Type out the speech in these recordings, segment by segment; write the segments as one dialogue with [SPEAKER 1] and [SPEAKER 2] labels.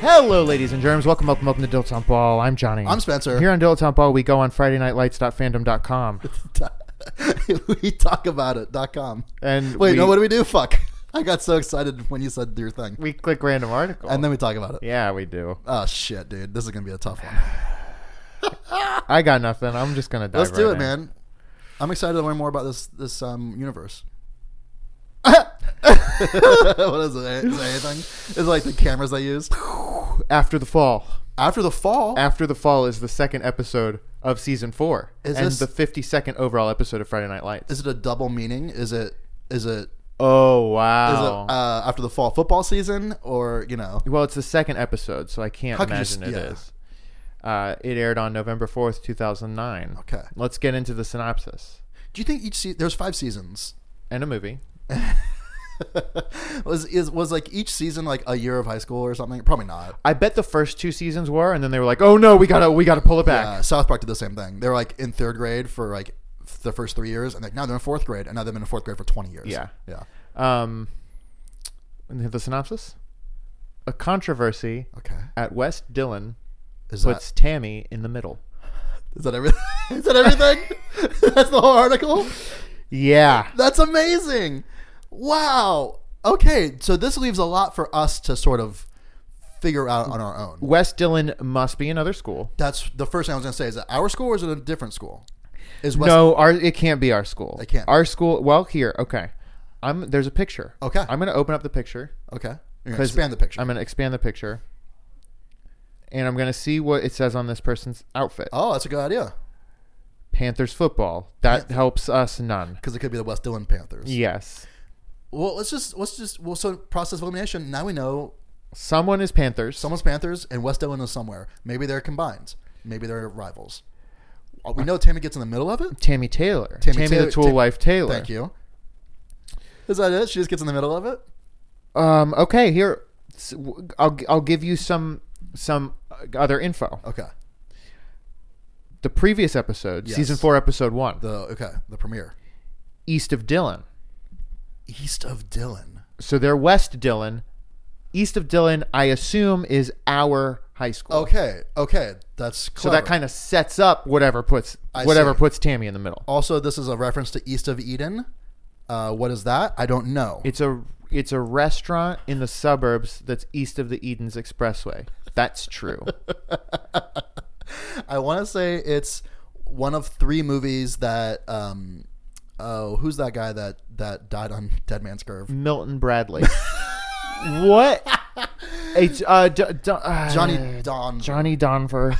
[SPEAKER 1] Hello, ladies and germs. Welcome, welcome, welcome to Dilettante Ball. I'm Johnny.
[SPEAKER 2] I'm Spencer.
[SPEAKER 1] Here on Dilettante Ball, we go on FridayNightLights.fandom.com.
[SPEAKER 2] we talk about it. Dot com.
[SPEAKER 1] And
[SPEAKER 2] Wait,
[SPEAKER 1] we,
[SPEAKER 2] no, what do we do? Fuck. I got so excited when you said your thing.
[SPEAKER 1] we click random article.
[SPEAKER 2] And then we talk about it.
[SPEAKER 1] yeah, we do.
[SPEAKER 2] Oh, shit, dude. This is going to be a tough one.
[SPEAKER 1] I got nothing. I'm just gonna dive.
[SPEAKER 2] Let's do
[SPEAKER 1] right
[SPEAKER 2] it,
[SPEAKER 1] in.
[SPEAKER 2] man. I'm excited to learn more about this this um, universe. what is it? Is it anything? It's like the cameras they use.
[SPEAKER 1] After the fall.
[SPEAKER 2] After the fall,
[SPEAKER 1] After the fall is the second episode of season four,
[SPEAKER 2] Is
[SPEAKER 1] and
[SPEAKER 2] this-
[SPEAKER 1] the 52nd overall episode of Friday Night Lights.
[SPEAKER 2] is it a double meaning? Is it is it is
[SPEAKER 1] oh
[SPEAKER 2] it
[SPEAKER 1] wow.
[SPEAKER 2] uh, after the fall football season or you know?
[SPEAKER 1] well, it's the second episode, so I can't
[SPEAKER 2] How could you s-
[SPEAKER 1] imagine it is.
[SPEAKER 2] yeah.
[SPEAKER 1] Uh, it aired on November 4th, 2009.
[SPEAKER 2] Okay.
[SPEAKER 1] Let's get into the synopsis
[SPEAKER 2] Do you think each se- there's five seasons?
[SPEAKER 1] and a movie.
[SPEAKER 2] was is was like each season like a year of high school or something? Probably not.
[SPEAKER 1] I bet the first two seasons were, and then they were like, "Oh no, we gotta, we gotta pull it back."
[SPEAKER 2] Uh, South Park did the same thing. They were like in third grade for like f- the first three years, and like now they're in fourth grade, and now they've been in fourth grade for twenty years.
[SPEAKER 1] Yeah.
[SPEAKER 2] yeah.
[SPEAKER 1] Um, and the synopsis: A controversy
[SPEAKER 2] Okay.
[SPEAKER 1] at West Dillon
[SPEAKER 2] Is that
[SPEAKER 1] puts
[SPEAKER 2] is
[SPEAKER 1] Tammy in the middle.
[SPEAKER 2] that everything? is that everything? That's the whole article.
[SPEAKER 1] Yeah,
[SPEAKER 2] That's amazing. Wow. Okay, so this leaves a lot for us to sort of figure out on our own.
[SPEAKER 1] West Dillon must be another school.
[SPEAKER 2] That's the first thing I was gonna say. Is that our school or is it a different school? Is West
[SPEAKER 1] no, our it can't be our school.
[SPEAKER 2] It can't.
[SPEAKER 1] Our school. Well, here, okay. I'm there's a picture.
[SPEAKER 2] Okay.
[SPEAKER 1] I'm gonna open up the picture.
[SPEAKER 2] okay? You're gonna
[SPEAKER 1] 'Cause
[SPEAKER 2] expand the picture.
[SPEAKER 1] I'm gonna expand the picture, and I'm gonna see what it says on this person's outfit.
[SPEAKER 2] oh, that's a good idea.
[SPEAKER 1] Panthers football. That helps us none.
[SPEAKER 2] because it could be the West Dillon Panthers.
[SPEAKER 1] Yes.
[SPEAKER 2] Well, let's just let's just well, so process of elimination. Now we know
[SPEAKER 1] Someone is Panthers.
[SPEAKER 2] someone's Panthers and West Dillon is somewhere. Maybe they're combined. Maybe they're rivals. Uh, We know Tammy gets in the middle of it.
[SPEAKER 1] Tammy Taylor. Tammy,
[SPEAKER 2] Tammy
[SPEAKER 1] the
[SPEAKER 2] Taylor-
[SPEAKER 1] Tool
[SPEAKER 2] Ta-
[SPEAKER 1] Wife Taylor.
[SPEAKER 2] Thank you. Is that it? She just gets in the middle of it.
[SPEAKER 1] Um, okay, here s- w- I'll I'll give you some some uh, other info.
[SPEAKER 2] Okay.
[SPEAKER 1] The previous episode,
[SPEAKER 2] Yes.
[SPEAKER 1] season 4 episode 1,
[SPEAKER 2] The okay the premiere
[SPEAKER 1] East of Dillon.
[SPEAKER 2] east of Dillon.
[SPEAKER 1] So they're West Dillon. East of Dillon, I assume is our high school.
[SPEAKER 2] Okay. Okay. That's
[SPEAKER 1] So
[SPEAKER 2] clever.
[SPEAKER 1] that kind of sets up whatever puts
[SPEAKER 2] I
[SPEAKER 1] whatever
[SPEAKER 2] see. Oh.
[SPEAKER 1] puts Tammy in the middle.
[SPEAKER 2] Also, this is a reference to East of Eden. Uh, what is that? I don't know.
[SPEAKER 1] It's a it's a restaurant in the suburbs that's east of the Eden's Expressway. That's true.
[SPEAKER 2] I want to say it's one of three movies that. Um, oh, who's that guy that that died on Dead Man's Curve?
[SPEAKER 1] Milton Bradley. what? It's uh, D- D- uh,
[SPEAKER 2] Johnny Don.
[SPEAKER 1] Johnny Donver.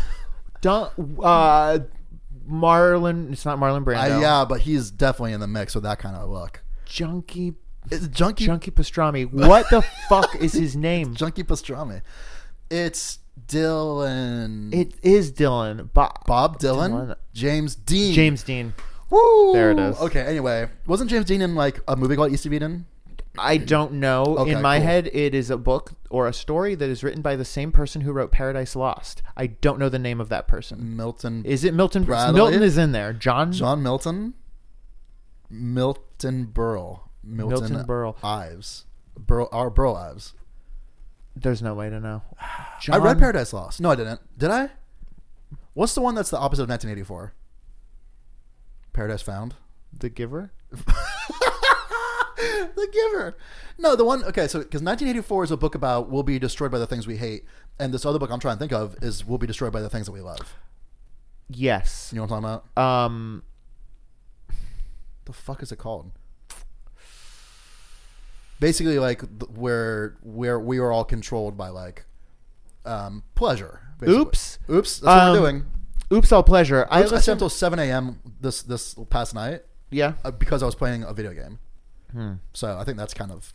[SPEAKER 1] Don uh Marlon. It's not Marlon
[SPEAKER 2] Uh,
[SPEAKER 1] Brando.
[SPEAKER 2] Yeah, but he's definitely in the mix with that kind of look.
[SPEAKER 1] Junkie.
[SPEAKER 2] It's junkie,
[SPEAKER 1] Junkie
[SPEAKER 2] junkie,
[SPEAKER 1] pastrami. What the fuck is his name?
[SPEAKER 2] pastrami. It's Dylan.
[SPEAKER 1] It is Dylan. Bob.
[SPEAKER 2] Bob Dylan,
[SPEAKER 1] Dylan.
[SPEAKER 2] James Dean.
[SPEAKER 1] James Dean.
[SPEAKER 2] Woo!
[SPEAKER 1] There it is.
[SPEAKER 2] Okay. Anyway, wasn't James Dean in like a movie called East of Eden?
[SPEAKER 1] I don't know.
[SPEAKER 2] Okay,
[SPEAKER 1] in my
[SPEAKER 2] cool.
[SPEAKER 1] head, it is a book or a story that is written by the same person who wrote Paradise Lost. I don't know the name of that person.
[SPEAKER 2] Milton.
[SPEAKER 1] Is it Milton?
[SPEAKER 2] Bradley?
[SPEAKER 1] Milton is in there. John.
[SPEAKER 2] John Milton, Milton Burl, Milton,
[SPEAKER 1] Milton Berle.
[SPEAKER 2] Ives, Burl, our Burl Ives.
[SPEAKER 1] There's no way to know.
[SPEAKER 2] I read
[SPEAKER 1] John-
[SPEAKER 2] Paradise Lost. No, I didn't. Did I? What's the one that's the opposite of 1984? Paradise Found.
[SPEAKER 1] The Giver.
[SPEAKER 2] The Giver. No, the one. Okay, so because 1984 is a book about we'll be destroyed by the things we hate, and this other book I'm trying to think of is we'll be destroyed by the things that we love.
[SPEAKER 1] Yes.
[SPEAKER 2] You know what I'm talking about?
[SPEAKER 1] Um.
[SPEAKER 2] the fuck is it called? Basically, like th- where where we are all controlled by like um, pleasure. basically.
[SPEAKER 1] Oops.
[SPEAKER 2] oops, that's what
[SPEAKER 1] Um,
[SPEAKER 2] we're doing.
[SPEAKER 1] Oops, all pleasure. I
[SPEAKER 2] I stayed
[SPEAKER 1] listened.
[SPEAKER 2] until seven a.m. this this past night
[SPEAKER 1] yeah,
[SPEAKER 2] uh, because I was playing a video game.
[SPEAKER 1] Hmm.
[SPEAKER 2] So I think that's kind of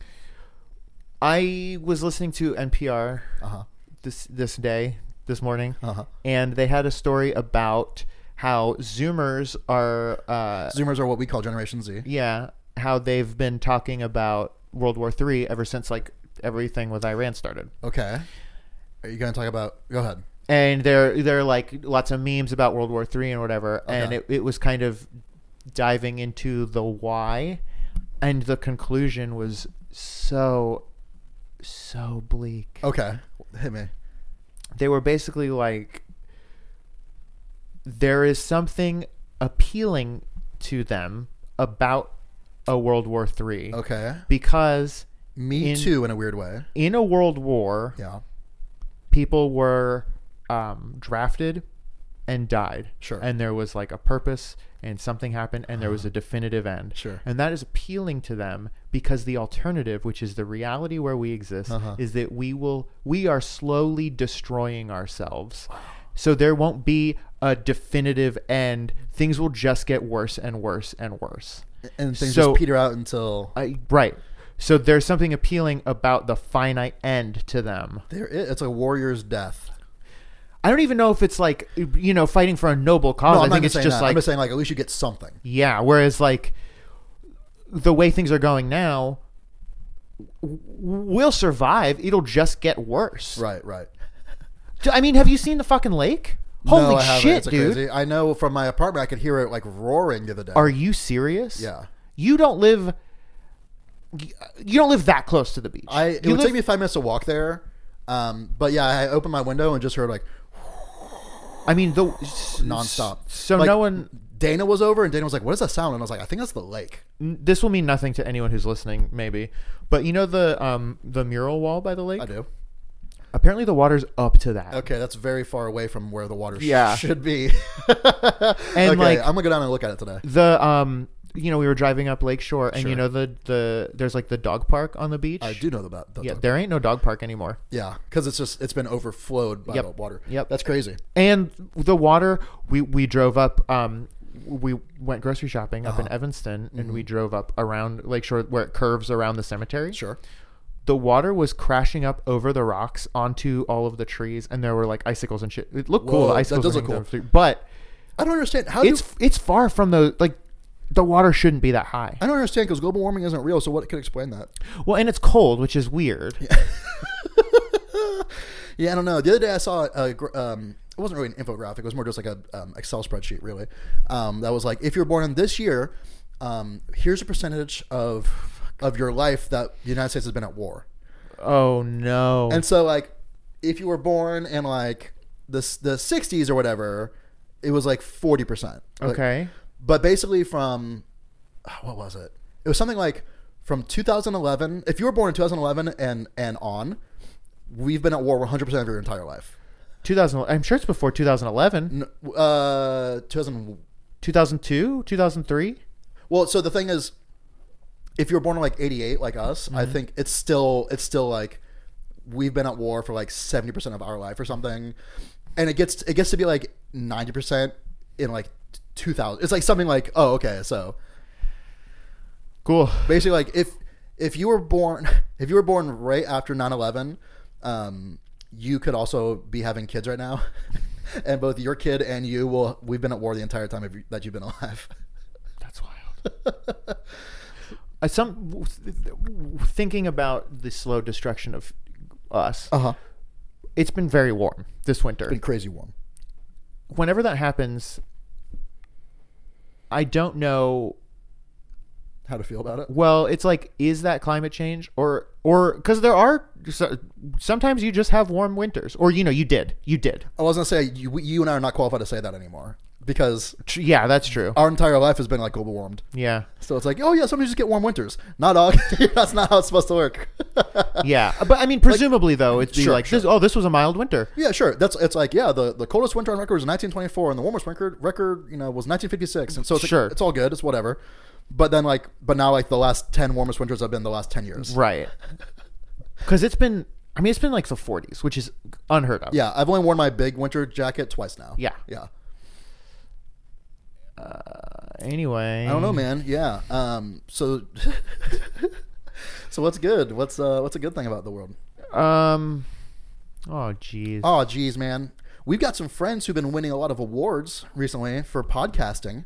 [SPEAKER 1] I was listening to NPR
[SPEAKER 2] uh huh
[SPEAKER 1] this this day this morning,
[SPEAKER 2] uh huh.
[SPEAKER 1] and they had a story about how Zoomers are. Uh,
[SPEAKER 2] Zoomers are what we call Generation Z.
[SPEAKER 1] yeah, how they've been talking about World War Three ever since like everything with Iran started.
[SPEAKER 2] Okay. Are you going to talk about? Go ahead.
[SPEAKER 1] and there there are like lots of memes about World War Three and whatever, and
[SPEAKER 2] Okay.
[SPEAKER 1] it, it was kind of diving into the why, and the conclusion was so so bleak.
[SPEAKER 2] Okay, hit me.
[SPEAKER 1] They were basically like, there is something appealing to them about a World War Three
[SPEAKER 2] Okay,
[SPEAKER 1] because
[SPEAKER 2] me
[SPEAKER 1] In-
[SPEAKER 2] too in a weird way.
[SPEAKER 1] in a world war,
[SPEAKER 2] Yeah.
[SPEAKER 1] people were um, drafted and died.
[SPEAKER 2] Sure. Uh-huh.
[SPEAKER 1] And there was like a purpose and something happened and there was a definitive end.
[SPEAKER 2] Sure.
[SPEAKER 1] And that is appealing to them because the alternative, which is the reality where we exist,
[SPEAKER 2] Uh-huh.
[SPEAKER 1] is that we will we are slowly destroying ourselves. So there won't be a definitive end. Things will just get worse and worse and worse.
[SPEAKER 2] And things
[SPEAKER 1] So-
[SPEAKER 2] just peter out until
[SPEAKER 1] I, right. So there's something appealing about the finite end to them.
[SPEAKER 2] there. It, it's a warrior's death.
[SPEAKER 1] I don't even know if it's like you know fighting for a noble cause.
[SPEAKER 2] No, I'm
[SPEAKER 1] I
[SPEAKER 2] not
[SPEAKER 1] think
[SPEAKER 2] even
[SPEAKER 1] it's
[SPEAKER 2] saying
[SPEAKER 1] just
[SPEAKER 2] that.
[SPEAKER 1] like
[SPEAKER 2] I'm just saying like at least you get something.
[SPEAKER 1] yeah. Whereas like the way things are going now, w- we'll survive. It'll just get worse.
[SPEAKER 2] Right, right.
[SPEAKER 1] Do- I mean, have you seen the fucking lake? Holy
[SPEAKER 2] No, I haven't.
[SPEAKER 1] shit,
[SPEAKER 2] It's a
[SPEAKER 1] dude!
[SPEAKER 2] Crazy. I know from my apartment I could hear it like roaring the other day.
[SPEAKER 1] Are you serious?
[SPEAKER 2] yeah.
[SPEAKER 1] You don't live. You don't live that close to the beach.
[SPEAKER 2] I it
[SPEAKER 1] you
[SPEAKER 2] would
[SPEAKER 1] live,
[SPEAKER 2] take me five minutes to walk there. Um, but yeah, I opened my window and just heard like
[SPEAKER 1] I mean, the
[SPEAKER 2] nonstop.
[SPEAKER 1] So
[SPEAKER 2] Like,
[SPEAKER 1] no one.
[SPEAKER 2] Dana was over and Dana was like, "What is that sound?" And I was like, "I think that's the lake."
[SPEAKER 1] n- This will mean nothing to anyone who's listening, maybe. But you know the um the mural wall by the lake.
[SPEAKER 2] I do.
[SPEAKER 1] Apparently, the water's up to that.
[SPEAKER 2] Okay, that's very far away from where the water sh-
[SPEAKER 1] Yeah.
[SPEAKER 2] should be.
[SPEAKER 1] And,
[SPEAKER 2] okay,
[SPEAKER 1] like-
[SPEAKER 2] I'm gonna go down and look at it today.
[SPEAKER 1] The um, you know, we were driving up Lakeshore, and
[SPEAKER 2] Sure.
[SPEAKER 1] you know the the there's like the dog park on the beach.
[SPEAKER 2] I do know about that.
[SPEAKER 1] Yeah, there ain't no dog park anymore,
[SPEAKER 2] yeah, because it's just it's been overflowed by
[SPEAKER 1] Yep.
[SPEAKER 2] the water.
[SPEAKER 1] Yep.
[SPEAKER 2] that's crazy.
[SPEAKER 1] and the water. We we drove up. Um, we went grocery shopping up in
[SPEAKER 2] Uh-huh.
[SPEAKER 1] Evanston, and
[SPEAKER 2] Mm-hmm.
[SPEAKER 1] we drove up around Lakeshore where it curves around the cemetery.
[SPEAKER 2] Sure.
[SPEAKER 1] The water was crashing up over the rocks onto all of the trees, and there were like icicles and shit. It looked cool.
[SPEAKER 2] Whoa,
[SPEAKER 1] The
[SPEAKER 2] that
[SPEAKER 1] icicles
[SPEAKER 2] does
[SPEAKER 1] hanging
[SPEAKER 2] look cool.
[SPEAKER 1] down through- but
[SPEAKER 2] I don't understand how do
[SPEAKER 1] it's it's far from the like. The water shouldn't be that high.
[SPEAKER 2] I don't understand because global warming isn't real. So what could explain that?
[SPEAKER 1] Well, and it's cold, which is weird.
[SPEAKER 2] Yeah, I don't know. The other day I saw a, gr- um, it wasn't really an infographic. It was more just like a um, Excel spreadsheet, really. Um, that was like, if you're born in this year, um, here's a percentage of of your life that the United States has been at war.
[SPEAKER 1] Oh no.
[SPEAKER 2] And so, like, if you were born in like the s- the '60s or whatever, it was like 40 percent.
[SPEAKER 1] okay.
[SPEAKER 2] but basically from ah, what was it? It was something like from 2011. If you were born in 2011 and and on, we've been at war 100 percent of your entire life.
[SPEAKER 1] 2000 I'm sure it's before 2011.
[SPEAKER 2] N- Uh, 2000.
[SPEAKER 1] 2002, 2003.
[SPEAKER 2] Well, so the thing is, if you were born in like 88, like us, I think it's still it's still like we've been at war for like 70 percent of our life or something, and it gets it gets to be like 90 percent in like 2000. It's like something like oh okay, so
[SPEAKER 1] Cool.
[SPEAKER 2] basically like if if you were born if you were born right after 9-11 um, you could also be having kids right now and both your kid and you will we've been at war the entire time of you, that you've been alive
[SPEAKER 1] That's wild. uh, some w- th- w- thinking about the slow destruction of us.
[SPEAKER 2] uh-huh
[SPEAKER 1] It's been very warm this winter.
[SPEAKER 2] been crazy warm
[SPEAKER 1] Whenever that happens, I don't know
[SPEAKER 2] how to feel about it
[SPEAKER 1] Well, it's like, is that climate change or or because there are so- sometimes you just have warm winters, or you know, you did, you did.
[SPEAKER 2] i was gonna say you, you and i are not qualified to say that anymore because
[SPEAKER 1] Tr- Yeah, that's true.
[SPEAKER 2] our entire life has been like global warmed
[SPEAKER 1] Yeah,
[SPEAKER 2] so it's like oh yeah sometimes you just get warm winters not all that's not how it's supposed to work
[SPEAKER 1] yeah, but I mean, presumably though, it'd be
[SPEAKER 2] Sure,
[SPEAKER 1] like, this, oh, this was a mild winter.
[SPEAKER 2] Yeah, sure. That's it's like yeah, the, the coldest winter on record was 1924, and the warmest record record you know was 1956, and so it's like,
[SPEAKER 1] Sure.
[SPEAKER 2] it's all good, it's whatever. But then like, but now like the last ten warmest winters have been the last ten years.
[SPEAKER 1] Right. Because it's been, I mean, it's been like the 40s, which is unheard of.
[SPEAKER 2] Yeah, I've only worn my big winter jacket twice now.
[SPEAKER 1] Yeah.
[SPEAKER 2] yeah.
[SPEAKER 1] Anyway,
[SPEAKER 2] I don't know, man. Yeah. Um. So. so what's good? What's uh? What's a good thing about the world?
[SPEAKER 1] Um. Oh, jeez.
[SPEAKER 2] Oh, geez, man. We've got some friends who've been winning a lot of awards recently for podcasting.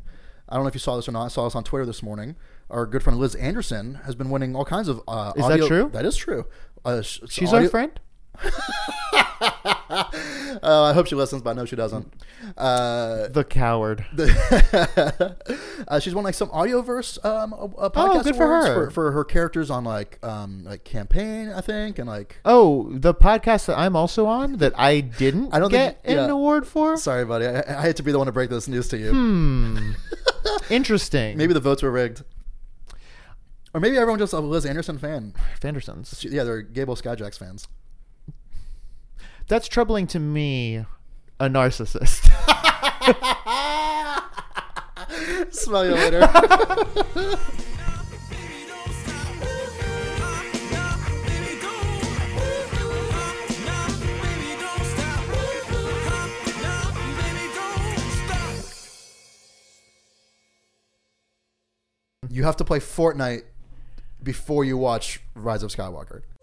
[SPEAKER 2] I don't know if you saw this or not. I saw this on Twitter this morning. Our good friend Liz Anderson has been winning all kinds of. Uh,
[SPEAKER 1] Is that
[SPEAKER 2] audio-
[SPEAKER 1] true?
[SPEAKER 2] That is true. Uh, sh- it's
[SPEAKER 1] She's
[SPEAKER 2] audio-
[SPEAKER 1] our friend.
[SPEAKER 2] Uh, I hope she listens, but I know she doesn't. Uh,
[SPEAKER 1] The coward.
[SPEAKER 2] uh, she's won like some audioverse um, a, a podcast
[SPEAKER 1] Oh, good for
[SPEAKER 2] awards
[SPEAKER 1] her.
[SPEAKER 2] For, for her characters on like um, like campaign, I think, and like.
[SPEAKER 1] oh, the podcast that I'm also on that I didn't
[SPEAKER 2] I don't
[SPEAKER 1] get
[SPEAKER 2] think-
[SPEAKER 1] an
[SPEAKER 2] yeah.
[SPEAKER 1] award for. Hmm.
[SPEAKER 2] Sorry, buddy. I, I hate to be the one to break this news to you.
[SPEAKER 1] Interesting.
[SPEAKER 2] Maybe the votes were rigged. Or maybe everyone just a Liz Anderson fan.
[SPEAKER 1] Fandersons.
[SPEAKER 2] She- yeah, they're Gable Skyjacks fans.
[SPEAKER 1] That's troubling to me, a narcissist.
[SPEAKER 2] Smell you later.
[SPEAKER 3] Baby, don't stop. Ooh, nah, baby, don't. Ooh, nah, baby, don't stop. Ooh, nah, baby, don't stop.
[SPEAKER 2] you have to play Fortnite before you watch Rise of Skywalker.